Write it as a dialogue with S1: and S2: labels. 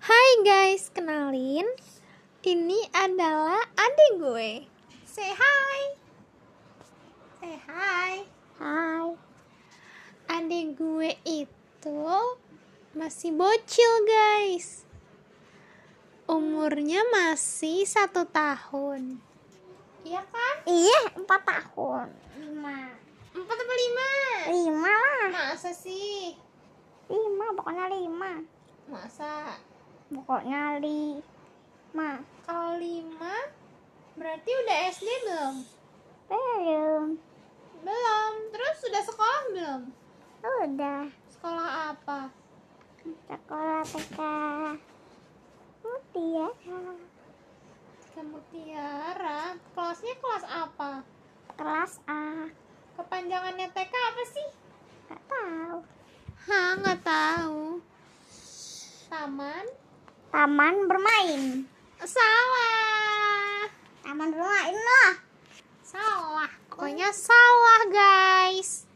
S1: Hai guys, kenalin Ini adalah adik gue Say hi Say hi
S2: Hai,
S1: Adik gue itu masih bocil guys Umurnya masih satu tahun Iya kan?
S2: iya empat tahun, lima,
S1: Empat atau lima?
S2: lima lah,
S1: Masa sih?
S2: lima pokoknya lima,
S1: Masa?
S2: pokoknya lima,
S1: Kalau lima berarti udah SD belum?
S2: belum,
S1: Belum, terus sudah sekolah belum?
S2: udah
S1: Sekolah apa?
S2: sekolah TK, udah
S1: Mutiara, kelasnya kelas apa?
S2: kelas A,
S1: Kepanjangannya TK apa sih?
S2: nggak tahu,
S1: Hah, nggak tahu. Taman?
S2: taman bermain,
S1: Salah.
S2: taman bermain lah,
S1: Salah. Pokoknya salah, guys.